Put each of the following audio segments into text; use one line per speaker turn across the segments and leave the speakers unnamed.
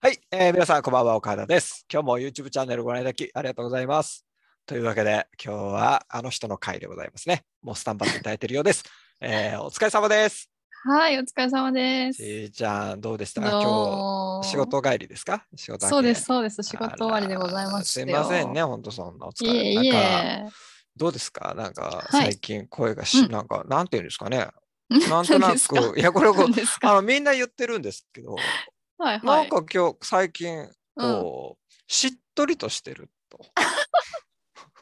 はい、えー皆さんこんばんは、岡田です。今日も YouTube チャンネルご覧いただきありがとうございます。というわけで、今日はあの人の回でございますね。もうスタンバっていただいているようです。えーお疲れ様です。
はい、お疲れ様です。
ちーちゃん、どうでした今
どう
日、仕事帰りですか仕事明け
そうです、そうです。仕事終わりでございます
あ
よ。
らすいませんね、。本当そんなお疲
い
れ。
えい
なんか
え。
どうですかなんか
はい
最近声がし、
うん
なんか、なんていうんですか ね。なんとな
何ですか
く、いや、これこう
何です
あ
か
のみんな言ってるんですけど、
はいは
ないん。か今日最近
うん、
こう、しっとりとしてると。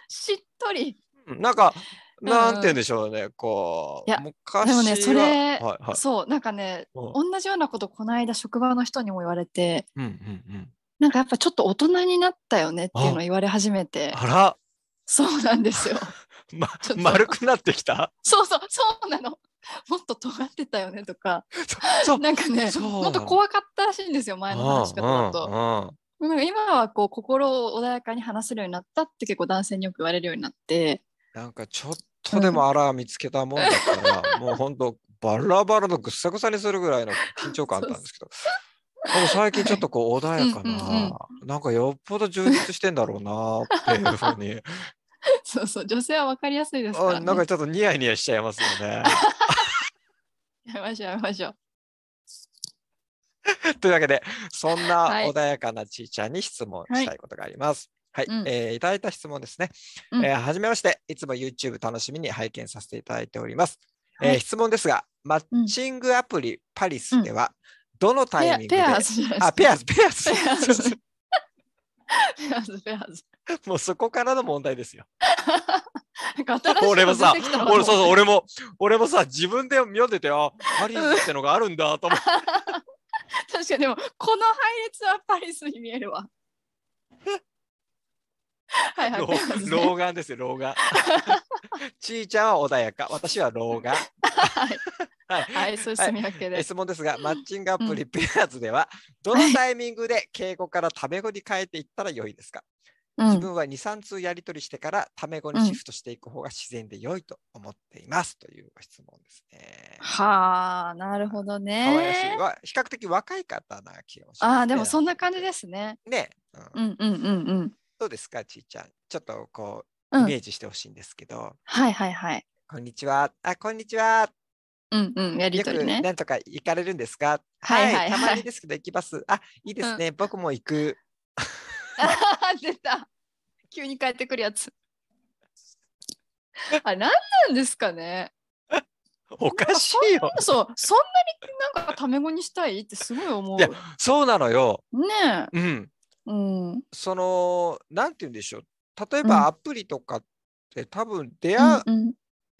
しっとり。
うんなんか、
ん
なんて言うんでしょうね、こう、
いや
昔
でもね
は
それ
はいはい。
そう、なんかね、
うん
同じようなことこの間職場の人にも言われて、
うんうんうん。
なんかやっぱちょっと大人になったよねっていうのを
あ
言われ始めて、
あら、
そうなんで すよ。
ま
ちょっ、と
丸くなってき た
そうそう、そうなの。もっと尖ってたよねとか、
そう。
なんかね、
そうなの
もっと怖かったらしいんですよ、前の話し方だと。
と。
なんか今はこう心を穏やかに話せるようになったって結構男性によく言われるようになって
なんかちょっとでもあら見つけたもんだから、もうほんとバラバラのぐっさぐさにするぐらいの緊張感あったんですけど。でも最近ちょっとこう穏やかな、
うんうん
なんかよっぽど充実してんだろうなっていうふう に
そうそう女性は分かりやすいですから、
あ
ね、
なんかちょっとニヤニヤしちゃいますよね。
やめましょうやめましょう
というわけで、そんな
はい
穏やかなちいちゃんに質問
はい
したいことがあります。はい、
うん
えーいただいた質問ですね。
うん
えーはじめまして、いつも YouTube 楽しみに拝見させていただいております。えー
はい
質問ですが、マッチングアプリパリスでは、どのタイ
ペ
ミ
ア
ングで、
ペアーズじゃないです
あ、
か
ペアーズ、ペアーズ。
ペア
そう
ー
そ
ズペアーズペアーズ
う もうそこからの問題ですよ。
なんか新しい
俺
の
もさ
出てきたのかと思っ
俺、そ
た
うそう、俺も、俺もさ、自分で読んでて、あ、パリスってのがあるんだと思って。
確かにでもこの配列はパリスに見える わはいはいペアーズ、
老
ね、
老眼ですよ、老眼。ちいちゃんは穏やか、私は老眼。
は
は
い
い
はいそういう住み分けで、
質問ですが、マッチングアプリ
う
ペアーズでは、どのタイミングで敬語からタメ語に変えていったら良いですか、
う
自
ん、
分は2、3通やり取りしてからタメ語に
うん
シフトしていく方が自然で良いと思っています、というご質問ですね。
はあなるほど
可愛らしい
ね
わ比較的若い方な気がします、ね。
ああでもそんな感じですね
ね、う
うんんうんうんうん
どうですか、ちいちゃん。ちょっとこう、
う
イ
ん
メージしてほしいんですけど、
はいはいはい。
こんにちは。あ、こんにちは。
うんうん、やり
よ
と
く
りね。
なんとか行かれるんですか
はいはい
た
はい
まにですけど行きます。あ、いいですね。僕も行く。
あー 出た。急に帰ってくるやつ。あ、なんなんですかね。
おかしいよ。
そう、そんなになんかタメ語にしたいってすごい思う。
いや
ね
そうなのよ。
え。
うん。
うん。
その、なんて言うんでしょう。例え
うん
ばアプリとかって多分出会う、
うん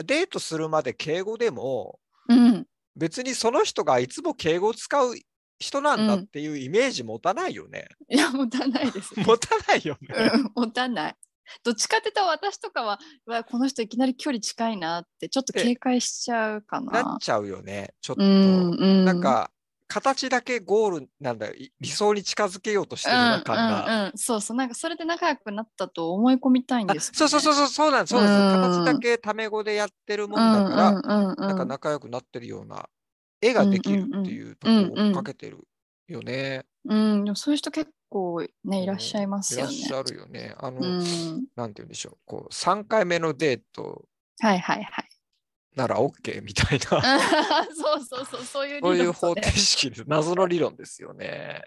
デートするまで敬語でも、
うん。うん。
別にその人がいつも敬語を使う人なんだ
うん
っていうイメージ持たないよね。
いや、持たないです。
持たないよね。
うん、持たない。どっちかって言ったら私とかは、うわこの人いきなり距離近いなって、ちょっと警戒しちゃうか
なっ
な。
ちゃうよね。ちょっ
う
と。
ん、うん。
なんか、形だけゴールなんだよ。い理想に近づけようとしてるような感が。
うんうんうん、そうそうなんかそれで仲良くなったと思い込みたいん
あ
です、ね、
そうそうそううそうそうなんですそうなんです
うん
形だけタメ語でやってるもんだから、なんか
か
仲良くなってるような絵ができるっていうとこ
うんうんうん
を追っかけてるよね。
うんでもそういう人結構ねいらっしゃいます
いら
よ
っ
ね。
しゃるよね。あの、
うん、
なんて言うんでしょう。こう3回目のデート
はいはい はい。
なら OK みたいな。
そうそうそうそういう理
そう
論
いう方
ね
程式です。謎の理論ですよね。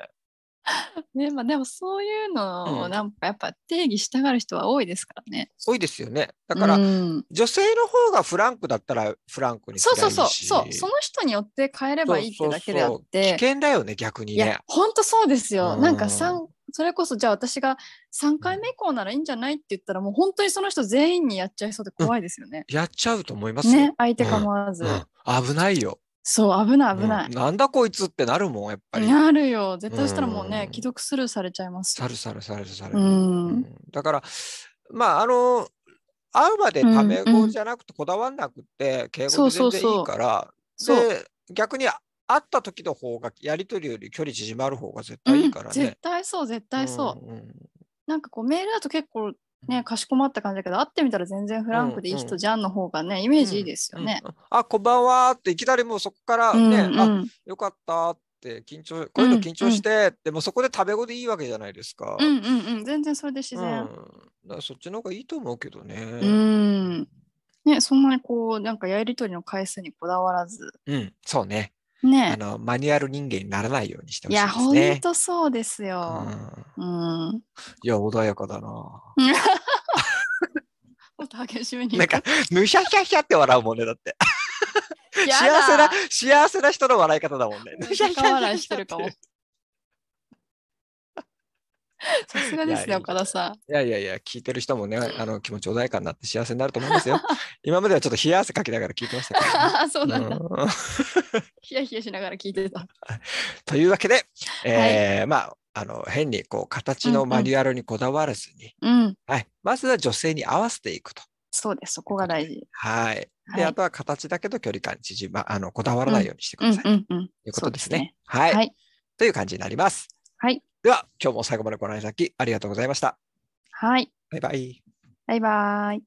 ねまあでもそういうの
う
を
ん
なんかやっぱ定義したがる人は多いですからね。
多いですよね。だから、
うん
女性の方がフランクだったらフランクにす
そう
りゃ
そ
いうい
そう
し
そうその人によって変えればいいってだけであ
そ
っ
うそうそう
て
危険だよね、逆に
いや
ね。
本当そうですよ、なん
う
か
ん
三それこそじゃあ私が3回目以降ならいいんじゃないって言ったらもう本当にその人全員にやっちゃいそうで怖いですよね。
やっちゃうと思いますよ。
ね相手構わず、
うん、危ないよ。
そう危ない危ない
うん、なんだこいつってなるもん、やっぱり。
なるよ絶対したらもうね
うん
既読スルーされちゃいます
さるさるさるさる。
う
うんんだから、まあ、あの、会うまでタメ語じゃなくて、こだわんなくて、敬
そ
語
う
で全
そう
然
そう
いいから、
そう
で、逆に会った時の方が、やりとりより距離縮まる方が絶
う
対いい
ん
から
絶
ね。
対そう絶対そう
うんうん
なんかこうメールだと結構
うん
ねかしこまった感じだけど会ってみたら全然フランクでいい
うんう
人
ん
じゃんの方がねイメージいいですよね
うんあ、こんばんはっていきなりもうそこから
うん
ね、
う
あ、
ん
よかったっって緊張こういうの緊張して、でもそこで食べ語でいいわけじゃないですか。
うんうんうん全然それで自
うんだ
然。
からそっちの方がいいと思うけどね。
う
うん、
ん。ね、そんなにこう、なんかやりとりの回数にこだわらず。
そうねあ
ね。
の。マニュアル人間にならないようにして
い
ほしい
や、
で
ほ
す
ん
ね。
とそうですよ。
うん
うん。も
いや、穏やかだな。
っと激しめに。
なんか、ぬひゃひゃひゃって笑うもんね、だって。
やだ、
幸せな、幸せな人の笑い方だもんね。ぬひゃひゃひゃひゃ
高笑いしてるかも
って。
さすがで
いや
す
い
ね、
い
岡田さん。
いやいやいや、聞いてる人もね、あの気持ち穏やかになって幸せになると思います よ。今まではちょっと冷や汗かきながら聞いてましたけどね、
ああ、そうなんだ。
うん
ヒヤヒヤしながら聞いてた。
というわけで、えーまあ、あの変にこう形のマニュアルにこだわらずに、
うん。
はい、まずは女性に合わせていくと。
そうです、そこが大事。
はいで
はい。
あとは形だけど距離感縮まあのこだわらないようにしてく
うん
ださい、
うんうん。
ということですね
そうですね
はい、
はい。
という感じになります。
はい。
では、今日も最後までご覧いただきありがとうございました。
はい。
バイバイ。
バイバーイ。